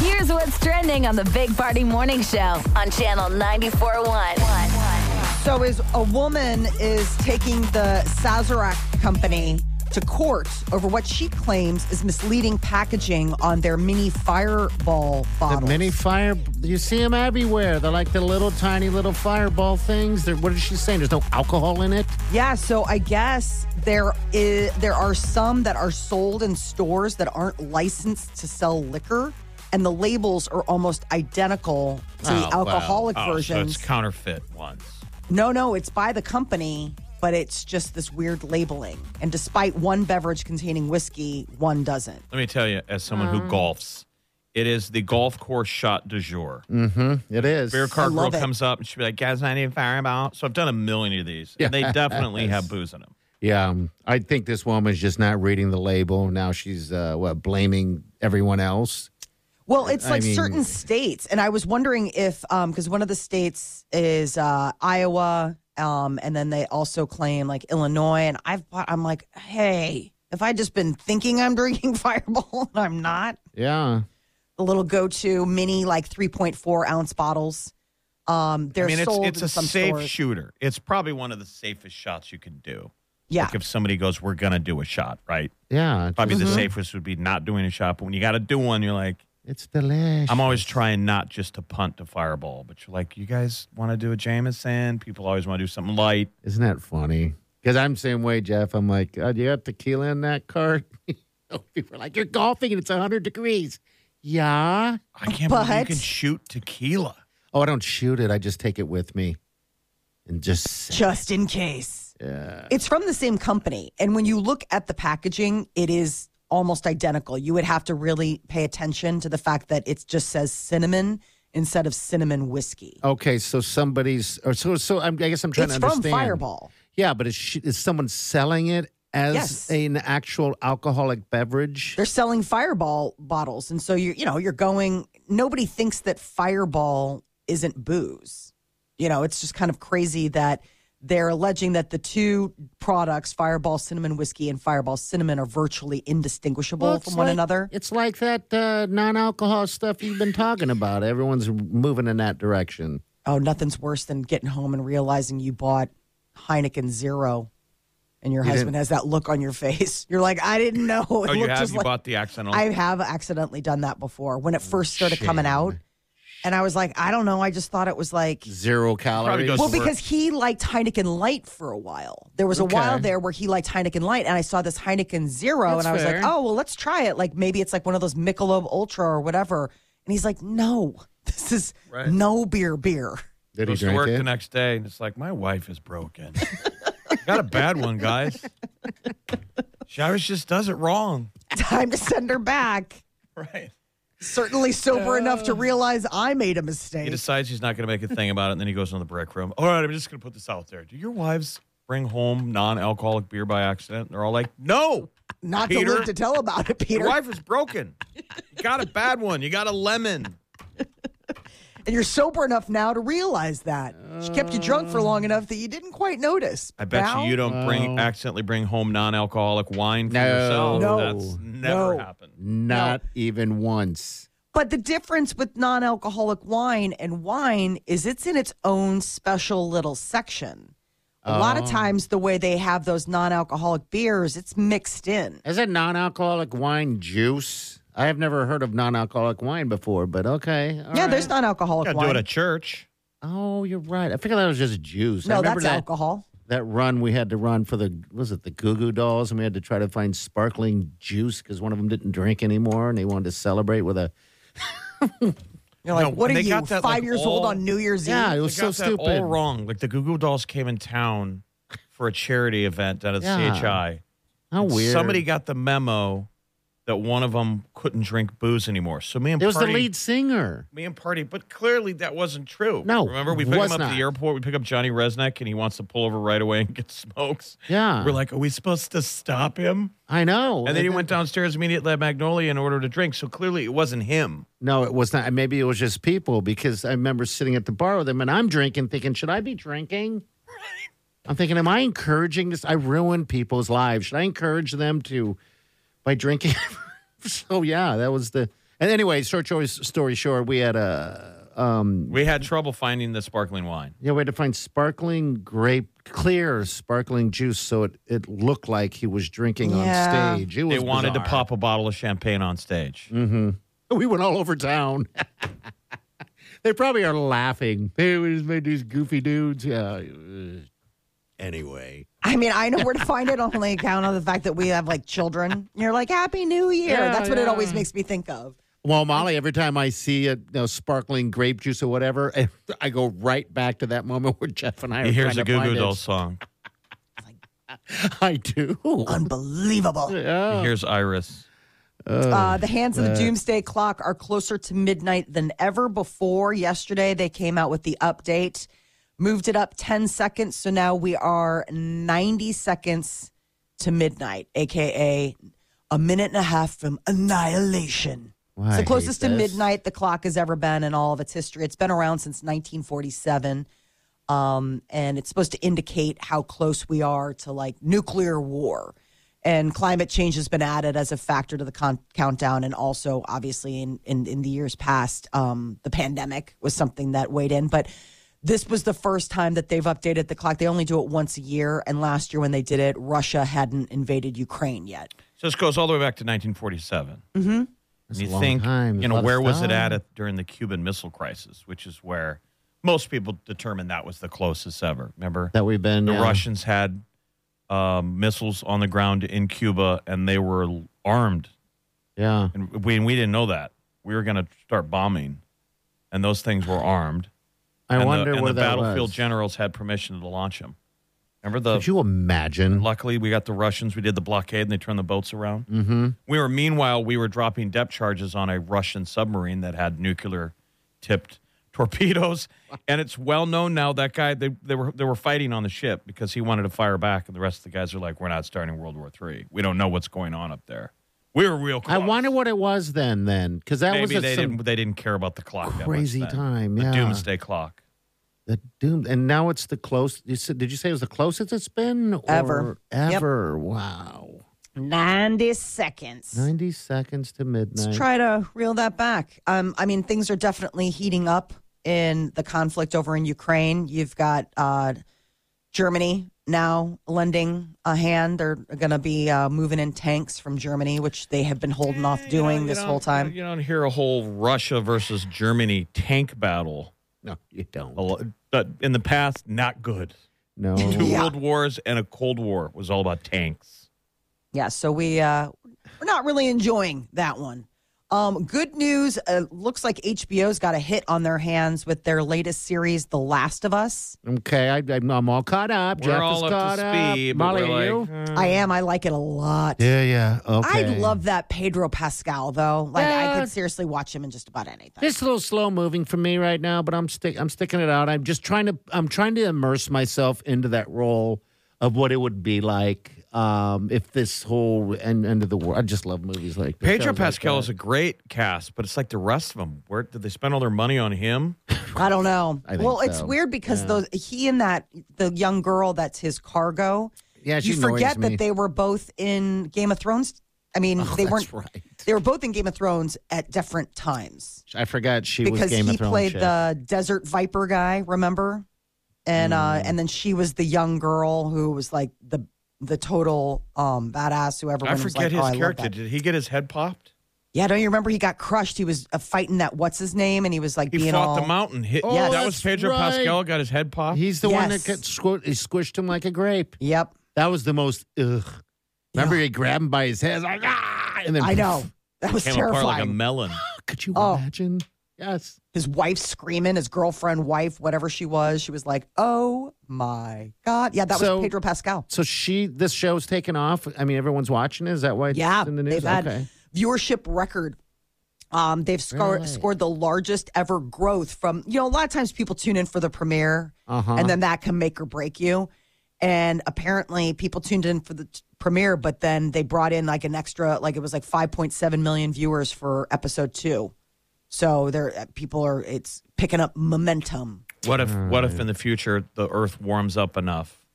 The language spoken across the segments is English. Here's what's trending on the Big Party Morning Show on Channel 94.1. So is a woman is taking the Sazerac company to court over what she claims is misleading packaging on their mini fireball The bottles. mini fire, you see them everywhere. They're like the little tiny little fireball things. They're, what is she saying? There's no alcohol in it. yeah, so I guess there is there are some that are sold in stores that aren't licensed to sell liquor and the labels are almost identical to the Oh, well. alcoholic Oh, So versions. it's counterfeit ones. No, no, it's by the company, but it's just this weird labeling. And despite one beverage containing whiskey, one doesn't. Let me tell you, as someone Mm. who golfs, it is the golf course shot du jour. It is. Beer car Mm. I girl love it. comes up and she'll be like, guys, I need a fireball. So I've done a million of these. And they definitely have booze in them. Yeah, um, I think this woman's just not reading the label. Now she's uh, what blaming everyone else. Well, it's I like mean- certain states, and I was wondering if because one of the states is uh, Iowa, um, and then they also claim like Illinois. And I've bought. I'm like, hey, if I just been thinking I'm drinking Fireball and I'm not, Yeah, the little go-to mini like 3.4 ounce bottles. Um, they're I mean, sold it's, in it's a some safe stores. shooter. It's probably one of the safest shots you can do. yeah, Like if somebody goes, we're going to do a shot, right? yeah. Probably just- Mm-hmm. the safest would be not doing a shot. But when you got to do one, you're like, it's delicious. I'm always trying not just to punt to fireball, but you're like, you guys want to do a Jameson? People always want to do something light. Isn't that funny? Because I'm same way, Jeff. I'm like, uh, do you have tequila in that cart? People are like, you're golfing and it's 100 degrees. Yeah. I can't believe you But- can shoot tequila. Oh, I don't shoot it. I just take it with me and just sip. just in case. It's from the same company. And when you look at the packaging, it is almost identical. You would have to really pay attention to the fact that it just says cinnamon instead of cinnamon whiskey. Okay, so somebody's, or so, so I'm, I guess I'm trying it's to from understand. Fireball. Yeah, but is, she, is someone selling it as Yes. an actual alcoholic beverage? They're selling Fireball bottles. And so you you know, you're going nobody thinks that Fireball isn't booze. You know, it's just kind of crazy that they're alleging that the two products, Fireball Cinnamon Whiskey and Fireball Cinnamon, are virtually indistinguishable Well, from it's one like- another. It's like that uh, non-alcohol stuff you've been talking about. Everyone's moving in that direction. oh, nothing's worse than getting home and realizing you bought Heineken Zero and your husband has that look on your face. You're like, I didn't know. It Oh, you looked have? just You like- bought Oh, the accidental? I have accidentally done that before when it first started coming out. And I was like, I don't know. I just thought it was like. Zero calories. goes- Well, Doesn't work. because he liked Heineken Light for a while. There was a Okay. while there where he liked Heineken Light, and I saw this Heineken Zero, That's and I was fair. like, oh, well, let's try it. Like maybe it's like one of those Michelob Ultra or whatever. And he's like, no, this is no beer beer. Did he goes to drink work it? the next day, and it's like, my wife is broken. got a bad one, guys. She always just does it wrong. time to send her back. Right. Certainly sober enough to realize I made a He mistake. decides he's not going to make a thing about it, and then he goes in the break room. All right, I'm just going to put this out there. Do your wives bring home non-alcoholic beer by accident? And they're all like, no. Not to Peter? live to tell about it, Peter. Your wife is broken. You got a bad one. You got a lemon. And you're sober enough now to realize that. She kept you drunk for long enough that you didn't quite notice. I bet Now, you you don't bring accidentally bring home non-alcoholic wine for No. yourself. No. That's never No. happened. Not even once. But the difference with non alcoholic wine and wine is it's in its own special little section. A lot Oh. of times, the way they have those non alcoholic beers, it's mixed in. Is it non-alcoholic wine juice? I have never heard of non-alcoholic wine before, but okay. all yeah, right. there's non alcoholic Got to do wine. it at church. Oh, you're right. I figured that was just juice. I no, remember that's that, alcohol. That run we had to run for the was it the Goo Goo Dolls, and we had to try to find sparkling juice because one of them didn't drink anymore, and they wanted to celebrate with a You're like, No, what and are they you, got that, five like, years old all- on New Year's yeah. Eve? It was They got so that stupid. All wrong. Like the Goo Goo Dolls came in town for a charity event down at Yeah. CHI. How And weird. Somebody got the memo that one of them couldn't drink booze anymore. So me and It was the Purdy- lead singer. me and Party, but clearly that wasn't true. No, remember we it pick him was up at not. the airport. We pick up Johnny Resnick, and he wants to pull over right away and get smokes. Yeah. we're like, are we supposed to stop him? I know. And then he went downstairs immediately at Magnolia and ordered a drink. So clearly it wasn't him. No, it was not. Maybe it was just people because I remember sitting at the bar with him and I'm drinking, thinking, should I be drinking? I'm thinking, am I encouraging this? I ruin people's lives. Should I encourage them to by drinking? so yeah, that was the. And anyway, short story- story short, we had a We had trouble finding the sparkling wine. yeah, we had to find sparkling grape, clear sparkling juice, so it it looked like he was drinking Yeah. on stage. It was They wanted to bizarre. Mm. pop a bottle of champagne on stage. We went all over town. they probably are laughing. Hey, we just made these goofy dudes. Yeah. Anyway. I mean, I know where to find it on the account of the fact that we have like children. You're like, Happy New Year. Yeah, That's what it yeah. always makes me think of. Well, Molly, every time I see a you know, sparkling grape juice or whatever, I go right back to that moment where Jeff and I are He hears trying a Goo to Goo find Dolls it. song. I do. Unbelievable. Oh. He hears Iris. Uh, the hands of the doomsday clock are closer to midnight than ever before. Yesterday, they came out with the update, moved it up 10 seconds. So now we are 90 seconds to midnight, AKA a minute and a half from annihilation. Why, it's I the hate closest to this. midnight the clock has ever been in all of its history. It's been around since 1947. Um, and it's supposed to indicate how close we are to like nuclear war. And climate change has been added as a factor to the con- countdown. And also, obviously, in, in, in the years past, um, the pandemic was something that weighed in. But this was the first time that they've updated the clock. They only do it once a year. And last year, when they did it, Russia hadn't invaded Ukraine yet. So this goes all the way back to 1947. That's And you a long think, time. you know, Lots of where was it at, time. at during the Cuban Missile Crisis, which is where most people determined that was the closest ever. Remember? That we've been the yeah. Russians had um, missiles on the ground in Cuba, and they were l- armed, Yeah. and we, we didn't know that. We were going to start bombing, and those things were armed. I and wonder the, and where the that battlefield was. generals had permission to launch them. Remember the? Could you imagine? luckily, we got the Russians. We did the blockade, and they turned the boats around. Mm-hmm. We were meanwhile we were dropping depth charges on a Russian submarine that had nuclear tipped torpedoes, and it's well known now that guy they, they were they were fighting on the ship because he wanted to fire back, and the rest of the guys are like, "We're not starting World War Three. We don't know what's going on up there. We were real close. I wonder what it was then, then, because that maybe was they at some didn't they didn't care about the clock. that much crazy then. time. The yeah. doomsday clock. The doom, and now it's the close. You said, did you say it was the closest it's been or Ever. Yep. Ever? Wow. 90 seconds. Ninety seconds to midnight. Let's try to reel that back. Um, I mean, things are definitely heating up in the conflict over in Ukraine. You've got uh, Germany now lending a hand. They're going to be uh, moving in tanks from Germany, which they have been holding off doing this whole time. You don't hear a whole Russia versus Germany tank battle. No, you don't. a lo- but in the past, not good. No. Two world wars and a cold war was all about tanks. Yeah, so we uh, we're not really enjoying that one. Um, good news. Uh, looks like HBO's got a hit on their hands with their latest series, The Last of Us. Okay, I, I'm, I'm all caught up. we're Jeff all is up caught to speed. up. but Molly, we're are you? like, uh, I am. I like it a lot. Yeah, yeah. Okay. I love that Pedro Pascal though. Like I Yeah. could seriously watch him in just about anything. This is a little slow moving for me right now, but I'm stick. I'm sticking it out. I'm just trying to. I'm trying to immerse myself into that role of what it would be like um, if this whole end, end of the world. I just love movies like this. Pedro shows like Pascal that. is a great cast, but it's like the rest of them. Where did they spend all their money on him? I don't know. I think well, it's so. weird because those he and that the young girl that's his cargo. Yeah, she you forget annoys me. Oh, that they were both in Game of Thrones. I mean, they weren't. That's right. They were both in Game of Thrones at different times I forgot she was because Game he of Thrones. played chick. the Desert Viper guy. Remember? And Mm. uh, and then she was the young girl who was like the the total um badass. Whoever I forget was like, "Oh, I his love character. that." Did he get his head popped? Yeah, don't you remember he got crushed? He was uh, fighting that what's his name, and he was like He being fought all the mountain. Hit, Oh, that that's was Pedro right. Pascal got his head popped. He's the one Yes. that got squished, he squished him like a grape. Yep, That was the most ugh. Remember, he grabbed him by his head, like ah, and then I know that was Came terrifying. apart like a melon. Could you Oh. imagine? Yes. his wife screaming, his girlfriend, wife, whatever she was, she was like, "Oh my god!" Yeah, that So- was Pedro Pascal. So she, this show's taken off. I mean, everyone's watching. it. Is that why? It's Yeah, in the news. they've had okay. viewership record. Um, they've scored scored the largest ever growth from you know a lot of times people tune in for the premiere Uh-huh. and then that can make or break you. And apparently people tuned in for the t- premiere, but then they brought in like an extra like it was like 5.7 million viewers for episode two. So there people are it's picking up momentum. What if what if in the future the Earth warms up enough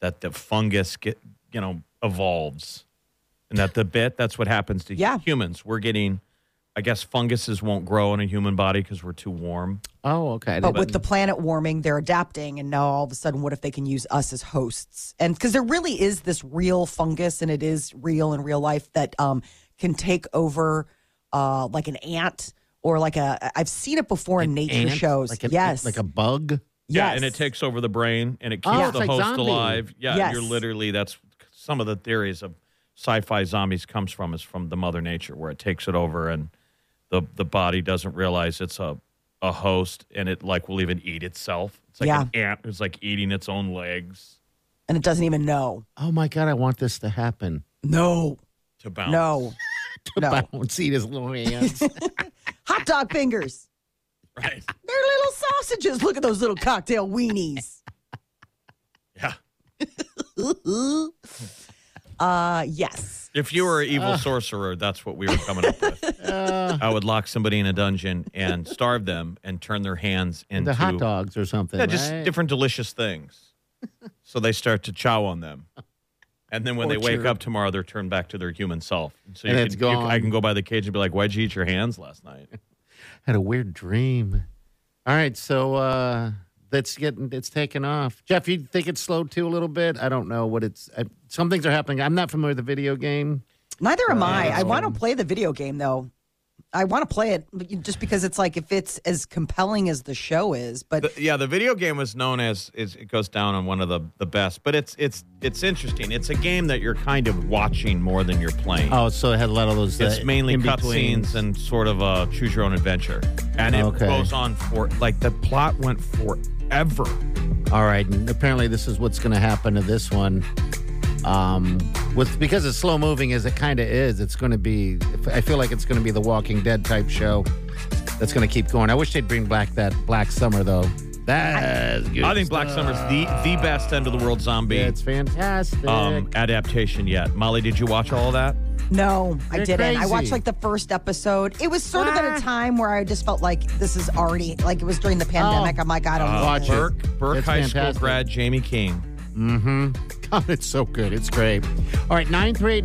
that the fungus get you know evolves, and that the bit that's what happens to Yeah. humans. We're getting, I guess, funguses won't grow in a human body because we're too warm. Oh, okay. I But didn't- with the planet warming, they're adapting, and now all of a sudden, what if they can use us as hosts? And because there really is this real fungus, and it is real in real life that um, can take over, uh, like an ant or like a. I've seen it before in nature Ant? shows. Like an- yes, Like a bug. Yeah, Yes. and it takes over the brain and it Oh, keeps it's the like host zombie. alive. Yeah, Yes. you're literally that's some of the theories of sci-fi zombies comes from is from the mother nature where it takes it over and the the body doesn't realize it's a a host and it like will even eat itself. It's like Yeah. an ant who's like eating its own legs and it doesn't even know. Oh my god! I want this to happen. No, to bounce. no, no. Bounce, eat his little hands. Hot dog fingers. Right. They're little sausages. Look at those little cocktail weenies. Yeah. Uh, yes. If you were an evil sorcerer, that's what we were coming up with. Uh, I would lock somebody in a dungeon and starve them and turn their hands into the hot dogs or something. Yeah, just right? different delicious things. so they start to chow on them. And then when they wake Torture. up tomorrow, they're turned back to their human self. So And you it's can, you- I gone. can go by the cage and be like, "Why'd you eat your hands last night?" Had a weird dream. All right, so uh that's getting it's taking off. Jeff, you think it's slowed too a little bit? I don't know what it's. I, some things are happening. I'm not familiar with the video game. Neither am I. I want to play the video game though. I want to play it but you- just because it's like if it's as compelling as the show is, but The- yeah, the video game is known as is it goes down on one of the the best, but it's it's it's interesting. It's a game that you're kind of watching more than you're playing. Oh, so it had a lot of those. It's uh, mainly in-betweens. cutscenes and sort of a choose your own adventure, and it Okay. goes on for like the plot went forever. All right, and apparently this is what's going to happen to this one. Um, with because it's slow moving as it kind of is, it's going to be. I feel like it's going to be the Walking Dead type show that's going to keep going. I wish they'd bring back that Black Summer though. That's good. I think Black Summer's the the best end of the world zombie Yeah, it's fantastic. um, adaptation yet. Molly, did you watch all that? no, I They're didn't. I watched crazy. like the first episode. It was sort of at a time where I just felt like this is already like it was during the pandemic. I'm like, I don't know. watch Burke, it. Burke It's High fantastic. School grad Jamie King. God, it's so good. It's great. All right, 938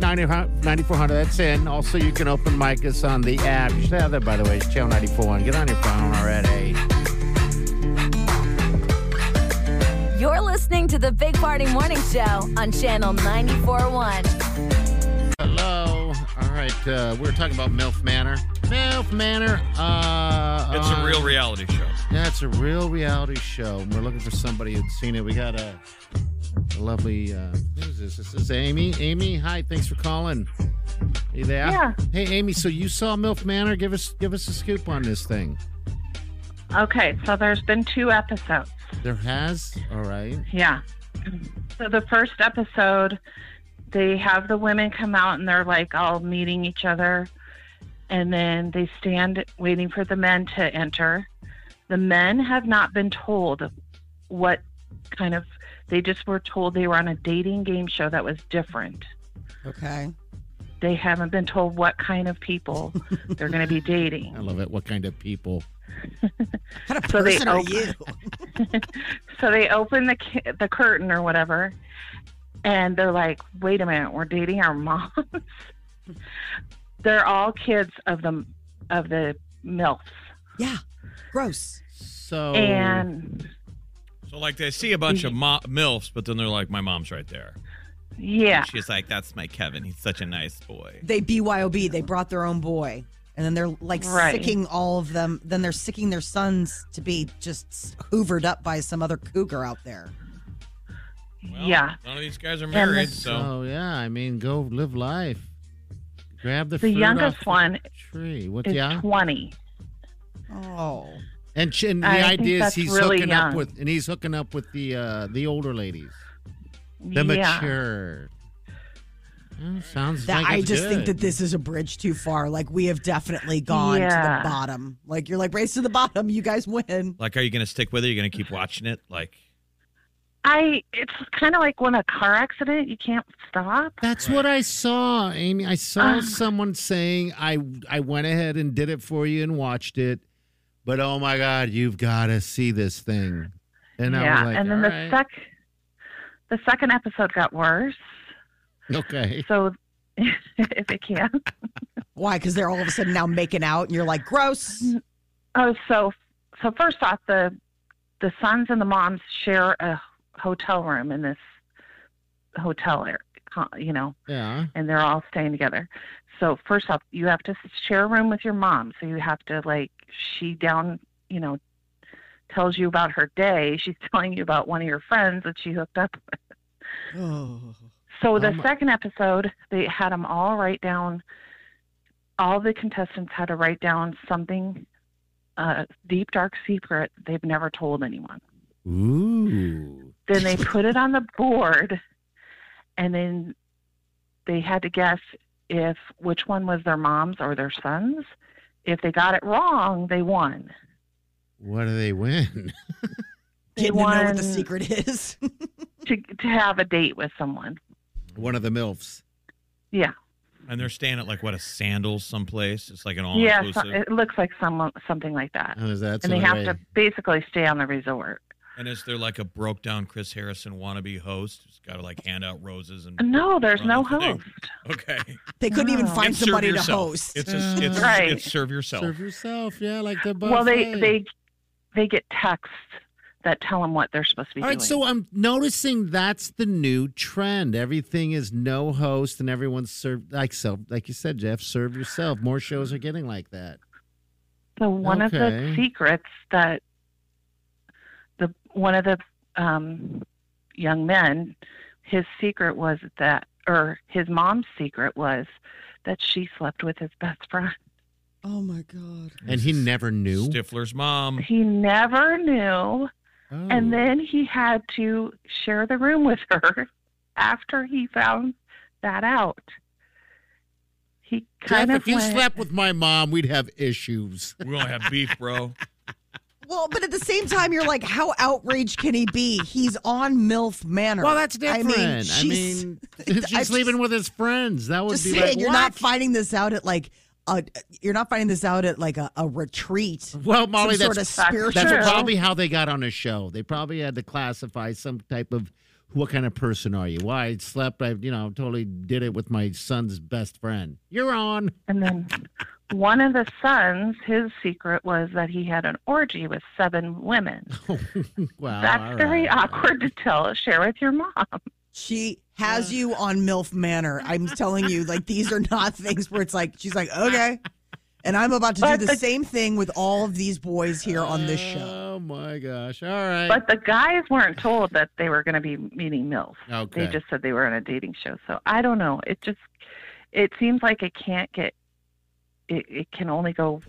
9400. That's in. Also, you can open mic us on the app. You should have that, by the way. It's channel 941. Get on your phone already. You're listening to the Big Party Morning Show on Channel 94.1. Hello. All right, uh, we were talking about MILF Manor. MILF Manor. Uh, It's Um, on- a real reality show. Yeah, it's a real reality show. And we're looking for somebody who'd seen it. We got a, a lovely. Uh, who is this? This is Amy. Amy, hi. Thanks for calling. Are you there? Yeah. Hey, Amy. So you saw MILF Manor? Give us give us a scoop on this thing. Okay, so there's been two episodes. There has. All right. Yeah. So the first episode, they have the women come out and they're like all meeting each other. And then they stand waiting for the men to enter. The men have not been told what kind of, they just were told they were on a dating game show that was different. Okay. They haven't been told what kind of people they're going to be dating. I love it. What kind of people? What kind of So they person are open- you? So they open the ca- the curtain or whatever, and they're like, "Wait a minute, we're dating our moms." they're all kids of the of the milfs, Yeah. Gross. So and So like they see a bunch of mo- milfs, but then they're like, "My mom's right there." yeah, She's like, "That's my Kevin. He's such a nice boy." They BYOB. They brought their own boy. And then they're like Right. sicking all of them. Then they're sicking their sons to be just hoovered up by some other cougar out there. yeah. None of these guys are then- married, so Oh yeah. I mean, go live life. Grab the, The fruit youngest off the one tree. What? is Yeah. twenty. Oh. And, sh- and the I think idea is that's he's really hooking up young. with and he's hooking up with the uh, the older ladies, the yeah, mature. Sounds That like I it's just think good. that this is a bridge too far. Like we have definitely gone to Yeah. the bottom. Like you're like race to the bottom. You guys win. Like, are you going to stick with it? Are you going to keep watching it? Like, I it's kind of like when a car accident, you can't stop. That's what I saw, Amy. I saw Ah. someone saying I I went ahead and did it for you and watched it, but oh my god, you've got to see this thing. And I yeah, was like, and then the "All right, sec the second episode got worse. okay. So if it can, Why? Because they're all of a sudden now making out, and you're like, gross. oh, so so first off, the the sons and the moms share a hotel room in this hotel, area, you know, Yeah. and they're all staying together. So first off, you have to share a room with your mom. So you have to like she down, you know, tells you about her day. She's telling you about one of your friends that she hooked up. with. Oh. So the Oh my- second episode, they had them all write down. All the contestants had to write down something, uh, deep dark secret they've never told anyone. Ooh. then they put it on the board and then they had to guess if which one was their mom's or their son's if they got it wrong they won What do they win? they Getting to know what won the secret is. to, to have a date with someone One of the milfs. yeah and they're staying at like what a sandals someplace. It's like an all yeah inclusive, so- it looks like someone something like that Oh, is that and the they have way- to basically stay on the resort and is there like a broke down Chris Harrison wannabe host who's got to like hand out roses and no there's Run no with the thing. host okay, They couldn't even No. find And serve somebody to yourself. host. It's a, it's, Right. it's serve yourself. serve yourself. Yeah, like the buffet. well they they they get texts that tell them what they're supposed to be All right, doing so I'm noticing that's the new trend. Everything is no host, and everyone's served like so. Like you said, Jeff, serve yourself. More shows are getting like that. So one of Okay. the secrets that the one of the um, young men, his secret was that, or his mom's secret was that she slept with his best friend. Oh my god. And he never knew. Stifler's Hmm. mom. He never knew, Oh. and then he had to share the room with her after he found that out. He Jeff, kind of if you went, slept with my mom, we'd have issues. We only have beef, bro. Well, but at the same time, you're like, how outraged can he be? He's on MILF Manor. Well, that's different. I mean, I she's, mean, I'm if she's just- sleeping with his friends, that would just be saying, like you're what? not finding this out at like a, you're not finding this out at like a, a retreat. well, Molly, some that's sort of spiritual. That's Sure. probably how they got on a show. They probably had to classify some type of what kind of person are you? Why I slept? I you know totally did it with my son's best friend. You're on. and then one of the sons, his secret was that he had an orgy with seven women. wow, That's all very right. awkward to tell, share with your mom. She has you on MILF Manor. I'm telling you, like these are not things where it's like she's like, okay, and I'm about to do But the the- same thing with all of these boys here on this show. Oh my gosh! All right. But the guys weren't told that they were going to be meeting MILF. Okay. They just said they were on a dating show. So I don't know. It just, it seems like it can't get, it, it can only go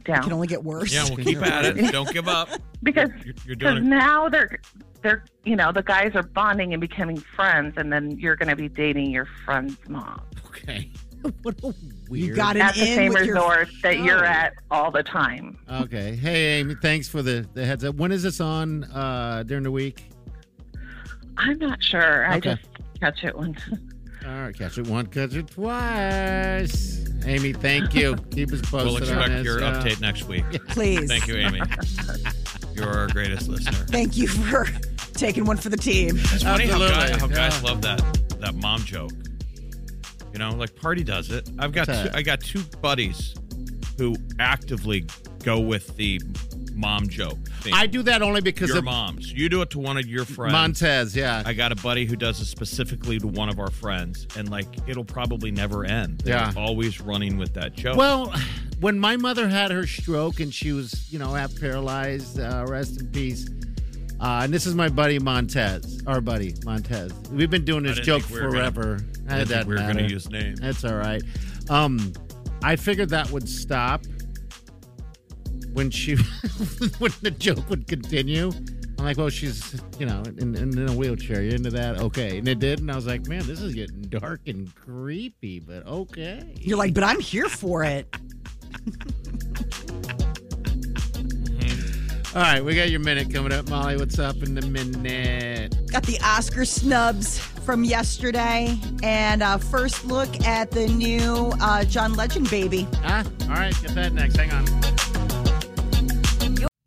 It down. can only get worse. Yeah, we'll keep at it. Don't give up. because You're, you're because doing it. now they're, they're, you know, the guys are bonding and becoming friends, and then you're going to be dating your friend's mom okay. what a weird. you got at it the in same with your resort that show. you're at all the time. Okay. Hey, Amy. Thanks for the, the heads up. When is this on uh, during the week? I'm not sure. I Okay. just catch it when. All right. Catch it once, catch it twice. Amy, thank you. Keep us posted. We'll on expect this, uh, your yeah. update next week. please. Thank you, Amy. You're our greatest listener. Thank you for taking one for the team. It's funny how, Absolutely. guy, how guys Yeah. love that that mom joke. You know, like party does it. I've got What's two, that? I got two buddies who actively go with the mom joke. Thing. I do that only because your of moms. You do it to one of your friends. Montez. Yeah. I got a buddy who does it specifically to one of our friends, and like it'll probably never end. They're Yeah. always running with that joke. Well, when my mother had her stroke and she was, you know, half paralyzed, uh, rest in peace. Uh, and this is my buddy Montez, our buddy Montez. We've been doing this didn't joke think we were gonna- forever. I It didn't think doesn't we were going to matter. use names. That's all right. Um, I figured that would stop when she when the joke would continue. I'm like, well, she's, you know, in, in, in a wheelchair. You're into that? Okay. And it did. And I was like, man, this is getting dark and creepy, but okay. You're like, but I'm here for it. All right. We got your minute coming up, Molly. What's up in the minute? Got the Oscar snubs from yesterday, and uh, first look at the new uh, John Legend baby. Ah, all right. Get that next. Hang on.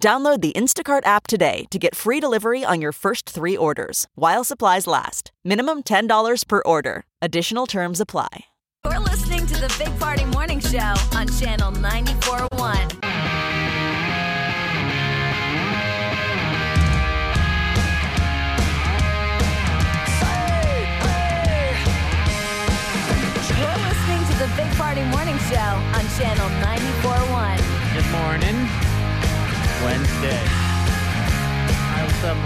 Download the Instacart app today to get free delivery on your first three orders while supplies last. Minimum $10 per order. Additional terms apply. You're listening to the Big Party Morning Show on Channel 94.1. You're listening to the Big Party Morning Show on Channel 94.1. Good morning. Wednesday. All right, what's up,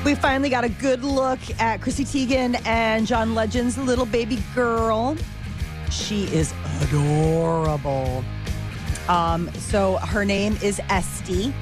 Mo? We finally got a good look at Chrissy Teigen and John Legend's little baby girl. She is adorable. Um, so her name is Esty,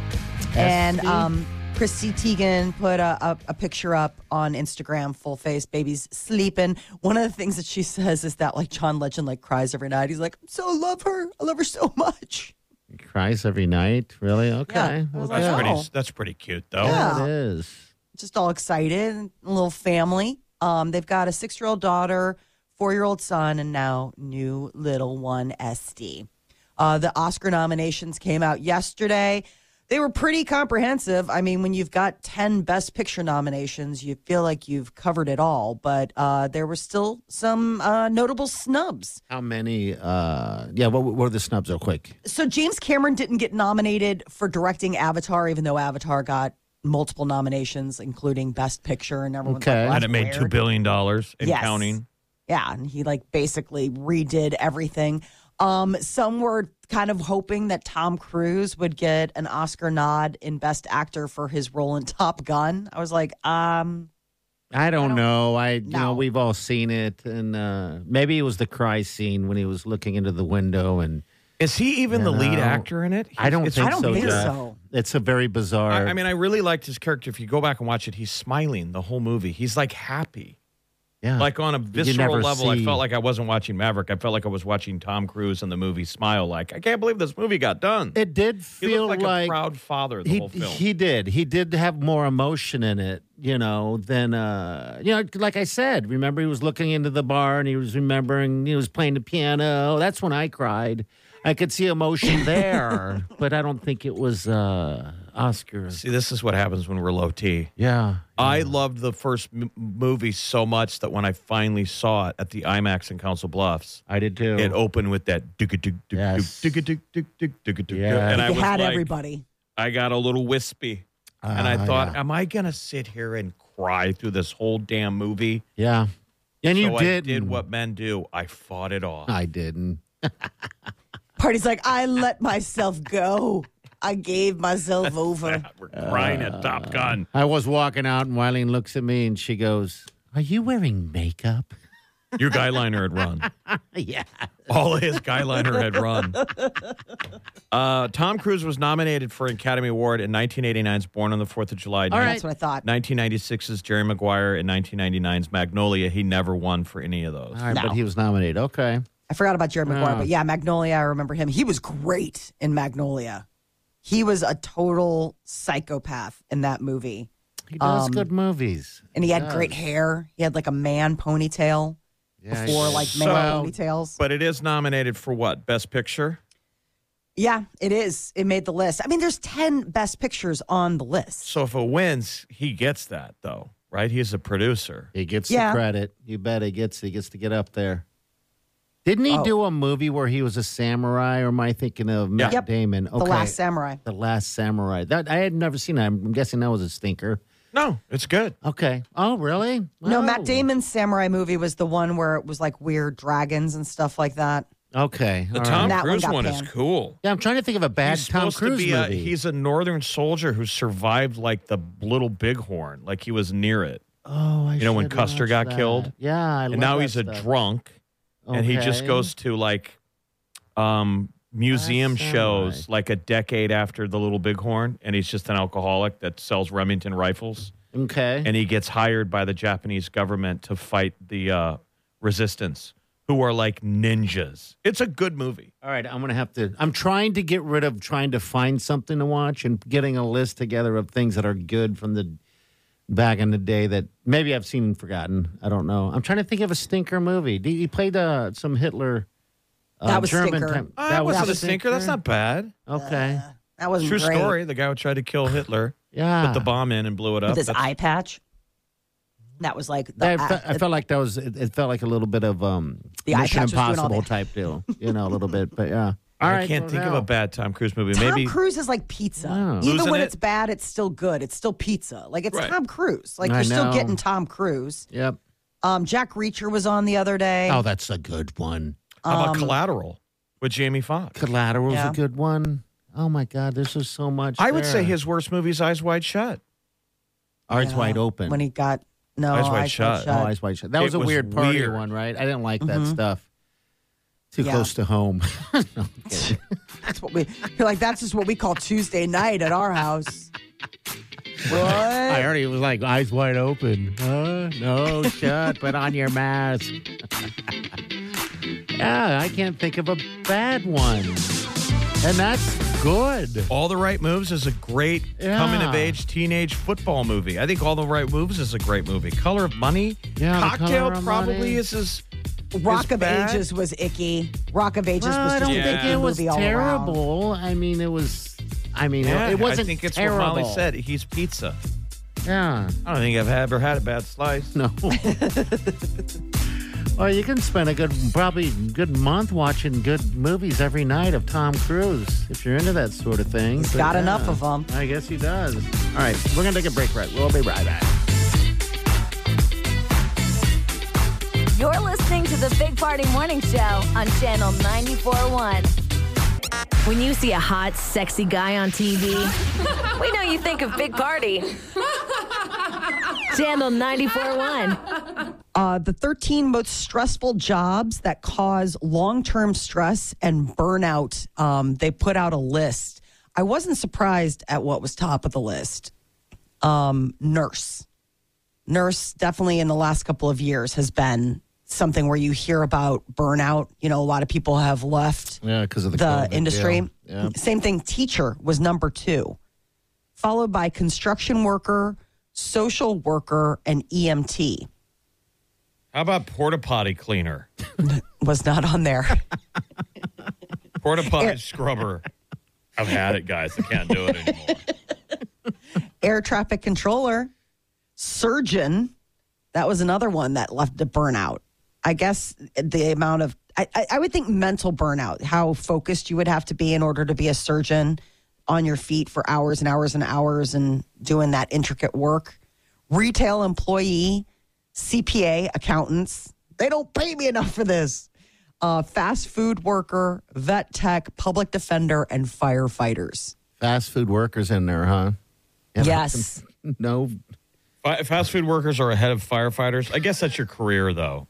and Esty. um, Chrissy Teigen put a, a, a picture up on Instagram, full face, baby's sleeping. One of the things that she says is that like John Legend like cries every night. He's like, "So I love her. I love her so much." He cries every night. Really? Okay. I was Well, That's like, pretty. oh. That's pretty cute, though. Yeah. It is. just all excited, a little family. Um, they've got a six year old daughter, four year old son, and now new little one, SD. Uh, the Oscar nominations came out yesterday. They were pretty comprehensive. I mean, when you've got 10 Best Picture nominations, you feel like you've covered it all, but uh, there were still some uh, notable snubs. How many? Uh, yeah. What, what are the snubs, real quick? So James Cameron didn't get nominated for directing Avatar, even though Avatar got multiple nominations, including Best Picture, and everyone's Okay. like, well, And that's it made weird. two billion dollars in Yes. counting. Yeah, and he like basically redid everything. Um, some were kind of hoping that Tom Cruise would get an Oscar nod in Best Actor for his role in Top Gun. I was like, um, I don't, know. I you know No. we've all seen it, and uh, maybe it was the cry scene when he was looking into the window, and Is he even the lead No. actor in it? I don't It's- think I don't so. think Jeff. so. It's a very bizarre. I, I mean, I really liked his character. If you go back and watch it, he's smiling the whole movie. He's like happy. yeah, Like on a visceral never level, I see- felt like I wasn't watching Maverick. I felt like I was watching Tom Cruise in the movie Smile. Like, I can't believe this movie got done. it did he feel looked like like, a proud father the he whole film. he did he did have more emotion in it, you know, than uh, you know, like I said, remember he was looking into the bar and he was remembering he was playing the piano. That's when I cried. I could see emotion there, but I don't think it was uh, Oscar. See, this is what happens when we're low T. Yeah, I loved the first m- movie so much that when I finally saw it at the IMAX in Council Bluffs, I did too. it opened with that dugga dug dug dug Yes. dugga dug dug dug dugga dug Yeah. and I you was had like, everybody. I got a little wispy, and I Ah, thought, yeah. am I gonna sit here and cry through this whole damn movie? yeah, and you Ah. so did. I did what men do. I fought it off. I didn't. Party's like, I let myself go. I gave myself over. We're crying at Top Gun. I was walking out, and Wileen looks at me, and she goes, "Are you wearing makeup?" Ah. Your guyliner had run. yeah, All of his guyliner had run. Uh, Tom Cruise was nominated for an Academy Award in 1989's Born on the Fourth of July. All right. That's what I thought. 1996's Jerry Maguire and 1999's Magnolia. He never won for any of those. all right, but he was nominated. Okay, I forgot about Jared McGuire, Yeah. but yeah, Magnolia, I remember him. He was great in Magnolia. He was a total psychopath in that movie. he does Um, good movies. And he had great hair. He had like a man ponytail Yeah, before yeah. like man So- ponytails. But it is nominated for what? Best Picture? Yeah, it is. It made the list. I mean, there's 10 best pictures on the list. So if it wins, he gets that, though, right? He's a producer. He gets Yeah. the credit. You bet he gets he gets to get up there. Didn't he Oh. do a movie where he was a samurai or am I thinking of Matt Yep. Damon? Okay. The Last Samurai. The Last Samurai. That I had never seen that. I'm guessing that was a stinker. No, it's good. Okay. Oh, really? No, Oh. Matt Damon's samurai movie was the one where it was like weird dragons and stuff like that. Okay. The all Tom right. That one Cruise got one, is panned. cool. Yeah, I'm trying to think of a bad he's Tom supposed to Cruise be a, movie. he's a northern soldier who survived like the little bighorn, like he was near it. oh, I you know, when should Custer watch got that. killed? Yeah, I love and now that he's a stuff. drunk and he just Okay. goes to like um museum Last shows Samurai. like a decade after the little bighorn and he's just an alcoholic that sells Remington rifles Okay. Mm-hmm. and he gets hired by the Japanese government to fight the uh resistance who are like ninjas. It's a good movie. All right, I'm gonna have to. I'm trying to get rid of trying to find something to watch and getting a list together of things that are good from the back in the day that maybe I've seen and forgotten. I don't know. I'm trying to think of a stinker movie. Did He played uh, some Hitler. Uh, That was German stinker. Uh, Time. Uh, that wasn't a stinker. That's not bad. okay. That was True great. Uh. story. The guy who tried to kill Hitler yeah. put the bomb in and blew it up. With his That's- eye patch. That was like the, I, fe- act- I felt like that was. It, it felt like a little bit of um, The eye Mission patch was doing all Impossible that. type deal. You know, a little bit, but yeah. All I right, can't so think of now- a bad Tom Cruise movie. Tom Maybe Cruise is like pizza. Wow. Even Losing when it. it's bad, it's still good. It's still pizza. Like it's Right. Tom Cruise. Like I you're still know. getting Tom Cruise. Yep. Um, Jack Reacher was on the other day. Oh, that's a good one. How um, about Collateral with Jamie Foxx? Collateral's Yeah. a good one. Oh my God, there's just so much. I would say there. his worst movie is Eyes Wide Shut. eyes wide open. When he got no Eyes Wide Eyes Shut. oh, eyes wide shut. That It was a was weird party weird. one, right? I didn't like that stuff. Too Mm-hmm. Yeah. close to home. No, I'm kidding. That's what we you're like. That's just what we call Tuesday night at our house. I What? already was like eyes wide open. Huh? No, shut. Put on your mask. yeah, I can't think of a bad one, and that's good. All the Right Moves is a great Yeah. coming of age teenage football movie. I think All the Right Moves is a great movie. Color of Money. Yeah, The Cocktail Color of probably Money. is his. Rock of bad. Ages was icky. Rock of Ages Well, was I just don't an think icky it was movie all around. terrible. I mean, it was. I mean, it- Yeah, it wasn't. I think it's terrible. what Molly said. He's pizza. Yeah. I don't think I've ever had a bad slice. No. well, you can spend a good, probably good month watching good movies every night of Tom Cruise if you're into that sort of thing. He's But got yeah, enough of them. I guess he does. All right, we're gonna take a break. Right, we'll be right back. You're listening to the Big Party Morning Show on Channel 94.1. When you see a hot, sexy guy on TV, we know you think of Big Party. Channel 94.1. Uh, the 13 most stressful jobs that cause long term stress and burnout. Um, they put out a list. I wasn't surprised at what was top of the list. Um, nurse. Nurse, definitely in the last couple of years, has been something where you hear about burnout. You know, a lot of people have left Yeah, because of the industry. Same thing, teacher was number two, followed by construction worker, social worker, and E EMT. How about porta potty cleaner? was not on there. Porta potty scrubber. I've had it, guys. I can't do it anymore. Air traffic controller, surgeon. That was another one that left a burnout. I guess the amount of, I, I, I would think mental burnout, how focused you would have to be in order to be a surgeon on your feet for hours and hours and hours and doing that intricate work. Retail employee, CPA, accountants. They don't pay me enough for this. Uh, fast food worker, vet tech, public defender, and firefighters. Fast food workers in there, huh? Yeah, Yes. No. Fi- Fast food workers are ahead of firefighters. I guess that's your career, though.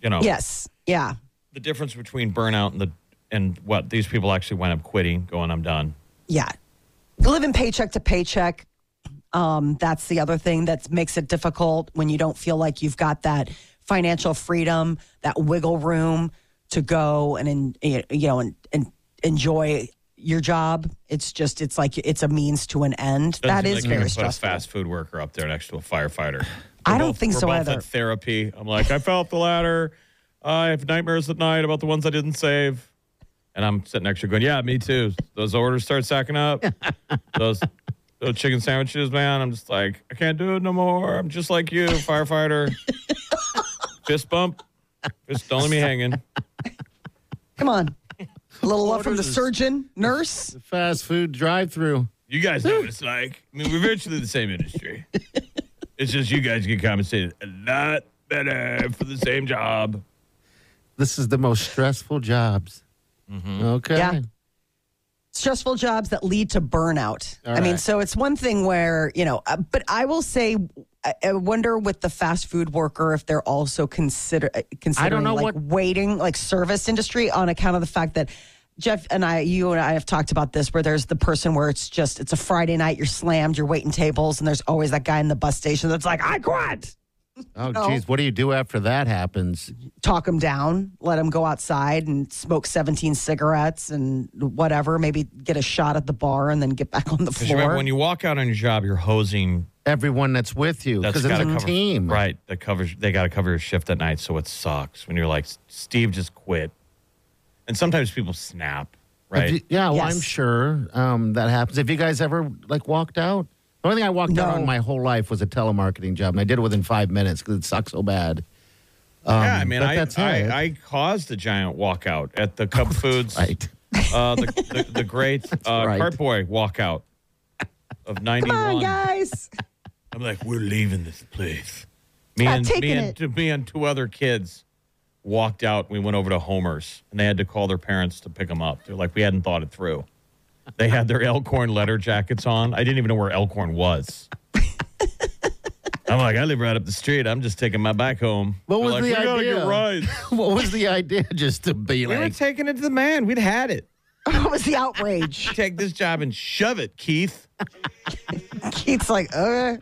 You know, Yes. Yeah. the difference between burnout and the and what these people actually wind up quitting, going, "I'm done." Yeah. Living paycheck to paycheck. Um, that's the other thing that makes it difficult when you don't feel like you've got that financial freedom, that wiggle room to go and, en- you know, and, and enjoy your job. It's just, it's like, it's a means to an end. Doesn't That seem is like you very can put a stressful. fast food worker up there next to a firefighter. I We're don't both- think we're so both either. At therapy, I'm like, I fell off the ladder. I have nightmares at night about the ones I didn't save, and I'm sitting next to you going, "Yeah, me too." Those orders start stacking up. those those chicken sandwiches, man. I'm just like, I can't do it no more. I'm just like you, firefighter. Fist bump. Fist don't let me hanging. Come on. A little love from the surgeon, nurse. Fast food drive-through. You guys know what it's like. I mean, we're virtually the same industry. It's just you guys get compensated a lot better for the same job. This is the most stressful jobs. Okay. Yeah. stressful jobs that lead to burnout. All I mean, right. so it's one thing where, you know, uh, but I will say, I I wonder with the fast food worker if they're also consider uh, considering know like what- waiting, like service industry, on account of the fact that Jeff and I, you and I have talked about this, where there's the person where it's just it's a Friday night, you're slammed, you're waiting tables, and there's always that guy in the bus station that's like, I quit. Oh, geez. What do you do after that happens? talk him down, let him go outside and smoke 17 cigarettes and whatever, maybe get a shot at the bar and then get back on the Because remember, floor. when you walk out on your job, you're hosing. Everyone that's with you That's because it's got a to cover team. right? That covers. They got to cover your shift at night, so it sucks when you're like, Steve just quit. And sometimes people snap, Have right? you- yeah, well, Yes. I'm sure um, that happens. Have you guys ever like walked out? The only thing I walked out No. on my whole life was a telemarketing job, and I did it within five minutes because it sucked so bad. yeah, I mean, um, but I, that's it. I I caused a giant walkout at the Cub Foods, Right. uh, the, the the great uh, right. cart boy walkout of ninety Come on, one. guys. I'm like, we're leaving this place. Me Not and me taking and t- me and two other kids walked out. We went over to Homer's, and they had to call their parents to pick them up. They're like, we hadn't thought it through. They had their Elkhorn letter jackets on. I didn't even know where Elkhorn was. I'm like, I live right up the street. I'm just taking my bike home. What They're was like, the we gotta idea? get rides. what was the idea? Just to be We were like, taking it to the man. We'd had it. what was the outrage? Take this job and shove it, Keith. Keith's like, uh.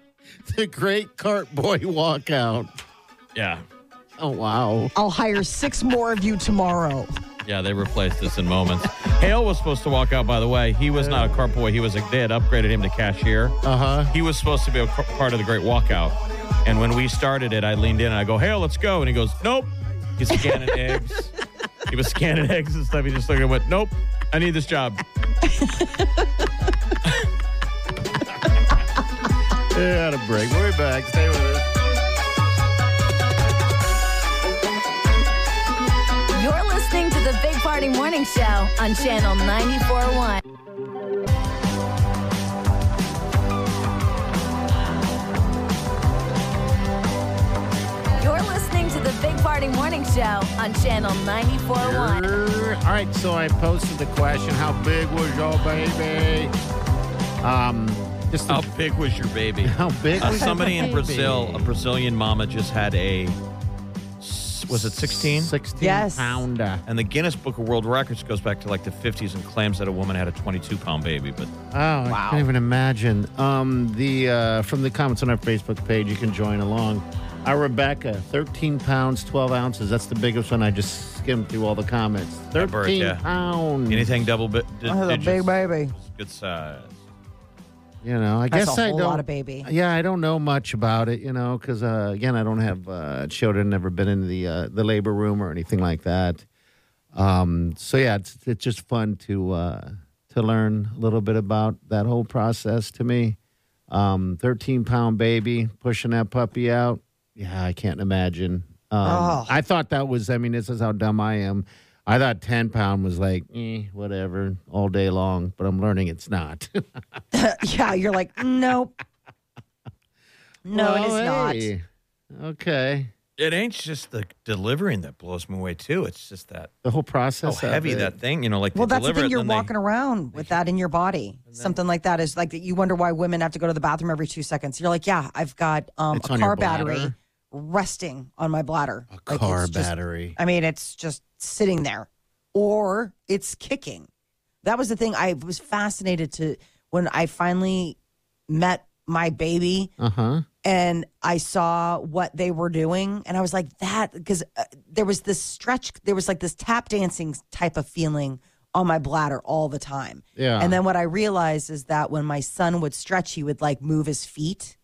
the great cart boy walkout. Yeah. Oh wow! I'll hire six more of you tomorrow. Yeah, they replaced this in moments. Hale was supposed to walk out, by the way. He was not a cart boy. He was a, they had upgraded him to cashier. Uh huh. He was supposed to be a car- part of the great walkout. And when we started it, I leaned in and I go, Hale, let's go. And he goes, nope. He's scanning eggs. He was scanning eggs and stuff. He just looked and went, nope, I need this job. Yeah, a break. We'll be back. Stay with us. You're listening to the Big Party Morning Show on Channel 941. You're listening to the Big Party Morning Show on Channel 941. Err. All right, so I posted the question: How big was your baby? Um, just the- How big was your baby? how big Uh, was your somebody in baby? Brazil, a Brazilian mama, just had a, was it 16? Sixteen Yes. pounder. And the Guinness Book of World Records goes back to like the 50s and claims that a woman had a 22 pound baby. But Oh, I can't even imagine. Um, the uh, from the comments on our Facebook page, you can join along. Our Rebecca, thirteen pounds twelve ounces. That's the biggest one. I just skimmed through all the comments. That bird, Thirteen yeah. pounds. anything double bit, di- That's a big digits, baby. it's good size. You know, I That's guess a I whole don't. lot of baby. Yeah, I don't know much about it, you know, because uh, again, I don't have uh, children, never been in the uh, the labor room or anything like that. Um, so yeah, it's it's just fun to uh, to learn a little bit about that whole process. To me, um, thirteen pound baby pushing that puppy out. Yeah, I can't imagine. Um, Oh. I thought that was. I mean, this is how dumb I am. I thought ten pound was like eh, whatever all day long, but I'm learning it's not. yeah, you're like, nope. No, it is not. it is not. Okay. It ain't just the delivering that blows me away, too. It's just that The whole process. how of Oh, heavy it. that thing, you know, like Well, they that's the deliver thing. it, You're then they- walking around with that in your body. Something like that is like that. You wonder why women have to go to the bathroom every two seconds. You're like, yeah, I've got um, It's a on your car battery bladder? resting on my bladder. A Like, car it's just- battery. I mean, it's just sitting there, or it's kicking. That was the thing. I was fascinated to when I finally met my baby Uh huh. and I saw what they were doing, and I was like that because uh, there was this stretch, there was like this tap dancing type of feeling on my bladder all the time. Yeah. And then what I realized is that when my son would stretch, he would like move his feet,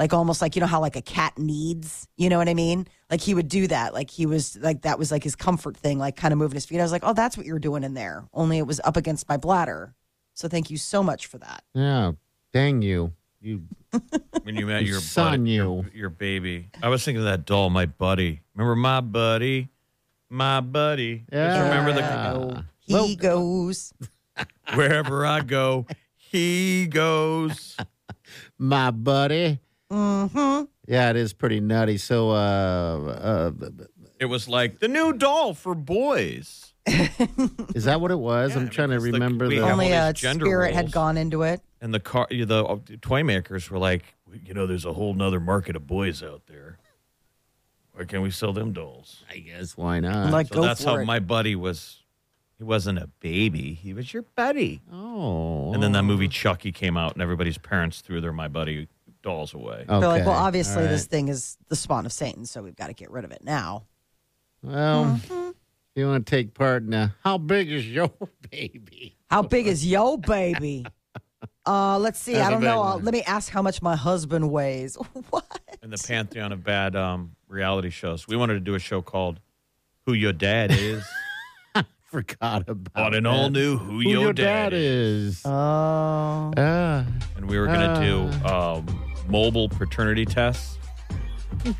like almost like you know how like a cat needs, you know what I mean? Like he would do that, like he was like that was like his comfort thing, like kind of moving his feet. I was like, oh, that's what you're doing in there. Only it was up against my bladder. So thank you so much for that. Yeah. Dang you. You. when you met Your your son, buddy, you. your, your baby. I was thinking of that doll, my buddy. Remember my buddy, my buddy. Just Yeah. remember Yeah. the Oh, he Well- goes. wherever I go, he goes. My buddy. Mm-hmm. Yeah, it is pretty nutty. So, uh, uh, It was like the new doll for boys. is that what it was? Yeah, I'm I trying mean, to it's the- remember we the. have Only all a these spirit gender had roles. gone into it. And the car, the toy makers were like, you know, there's a whole nother market of boys out there. Why can't we sell them dolls? I guess why not? like, So go that's for how it. my buddy was. He wasn't a baby. He was your buddy. oh, And then that movie Chucky came out, and everybody's parents threw their My Buddy dolls away. okay. They're like, well, obviously all this right. thing is the spawn of Satan, so we've got to get rid of it now. Well, Mm-hmm. if you want to take part now? How big is your baby? How big is yo baby? Uh, let's see. That's I a don't big know. one. Uh, let me ask how much my husband weighs. what? And the pantheon of bad um, reality shows. We wanted to do a show called "Who Your Dad Is" Forgot about on an that. all new "Who, Who Your, Dad, Is," is. Oh, Ah. and we were going to do um, mobile paternity tests.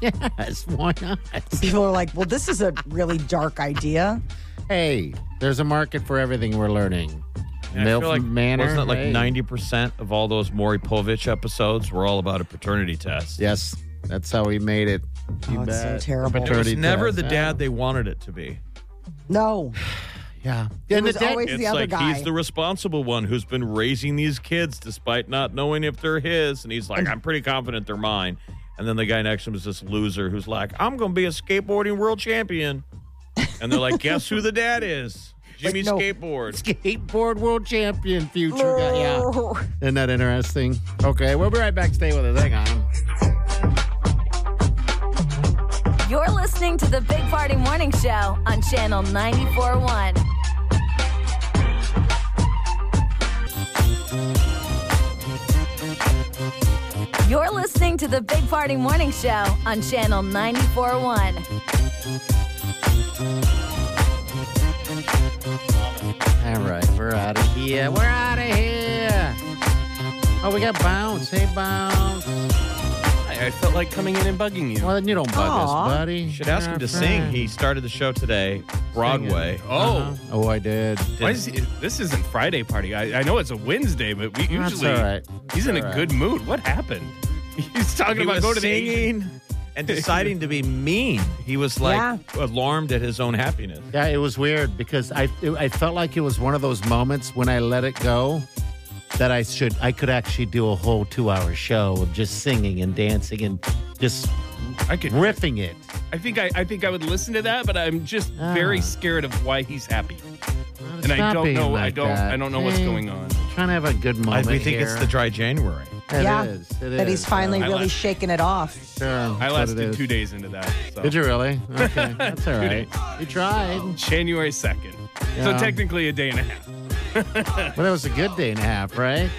yes, why not? people are like, well, this is a really dark idea. Hey, there's a market for everything we're learning. And I Milf feel like Manor. wasn't it like hey. ninety percent of all those Maury Povich episodes were all about a paternity test? Yes, that's how we made it. You Oh, it's so bet. terrible. But It was Paternity never test, the yeah. dad they wanted it to be. No, Yeah. And the was dad, always- He's It's the other like guy. he's the responsible one who's been raising these kids despite not knowing if they're his. And he's like, I'm pretty confident they're mine. And then the guy next to him is this loser who's like, I'm going to be a skateboarding world champion. And they're like, guess who the dad is? Jimmy no. Skateboard. skateboard world champion future guy. Yeah. Isn't that interesting? Okay, we'll be right back. Stay with us. Hang on. You're listening to the Big Party Morning Show on Channel 941. You're listening to the Big Party Morning Show on Channel 941. All right, we're out of here. We're out of here. Oh, we got bounce. Hey, bounce. I felt like coming in and bugging Well, then you don't bug us, Aw. buddy. You should ask him to sing. He started the show today, Broadway. Oh. Oh, I did. Why is he, this isn't Friday party? I, I know it's a Wednesday, but we That's usually all right. he's in all a right. good mood. What happened? He's talking He about was go to the Asian- singing and deciding to be mean. He was like alarmed at his own happiness. Yeah, it was weird because I it, I felt like it was one of those moments when I let it go that I should I could actually do a whole two hour show of just singing and dancing and just I could. riffing it. I think I, I think I would listen to that, but I'm just Ah. very scared of why he's happy, and I Stop don't being know. I like don't. that. I don't know what's Hey, going on. Trying to have a good I, moment. we think it's here. the dry January. It Yeah, is, it that is, he's finally uh, really left- shaking it off. sure, I that's what it lasted is. two days into that. So. Did you really? Okay, that's all Two right. You tried, January second. Yeah. So technically a day and a half. but it was a good day and a half, right?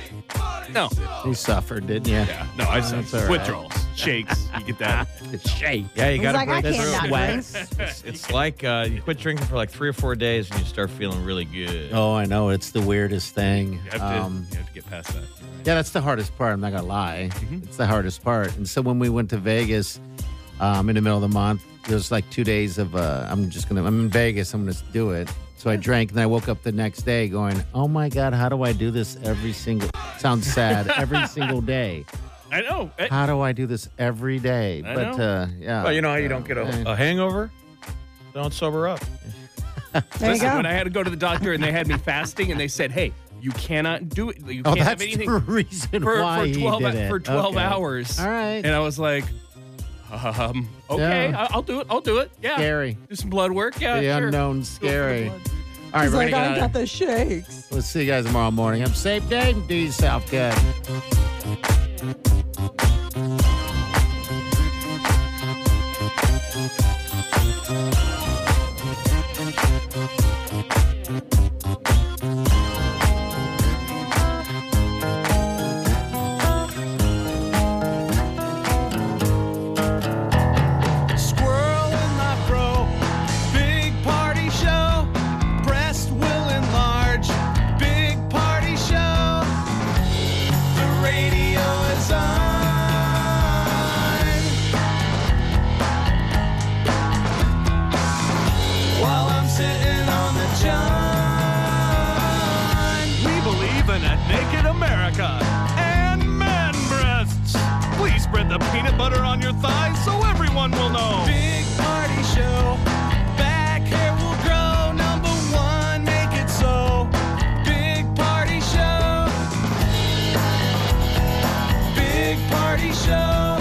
No. You suffered, didn't you? Oh. Yeah. No. I said That's all right. withdrawals, shakes. You get that. Shake. Yeah, you He's got to like, I break can't not through. drink. It's, it's like uh, you quit drinking for like three or four days and you start feeling really good. Oh, I know. It's the weirdest thing. You have, to, Um, you have to get past that. You're right. Yeah, that's the hardest part. I'm not gonna lie. Mm-hmm. It's the hardest part. And so when we went to Vegas, um, in the middle of the month, there's like two days of uh, I'm just gonna I'm in Vegas. I'm gonna do it. So I drank and I woke up the next day going, Oh my god, how do I do this every single? Sounds sad. every single day. I know. eh. I- How do I do this every day? I but know. uh, yeah. Well, you know how you don't get Uh, a, a hangover? Don't sober up. There you Listen, go. when I had to go to the doctor and they had me fasting and they said, "Hey, you cannot do it. You Oh, can't have that's anything the reason for, why for he twelve did it. for twelve Okay. hours." All right. And I was like, um, "Okay, Yeah. I- I'll do it. I'll do it. Yeah, Scary. do some blood work. The Yeah, sure. unknown Do it for the scary. blood. All right, He's we're like, uh, gonna get I out got of- the shakes. We'll see you guys tomorrow morning. Have a safe day and do yourself good. Squirrel in my fro. Big party show. Breast will enlarge. Big party show. The radio. the peanut butter on your thighs so everyone will know. Big party show. Back hair will grow. Number one, make it so. Big party show. Big party show.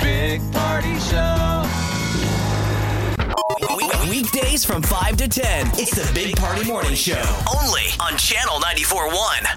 Big party show. Weekdays from 5 to 10. It's the Big Party Morning Show. Only on Channel 94.1.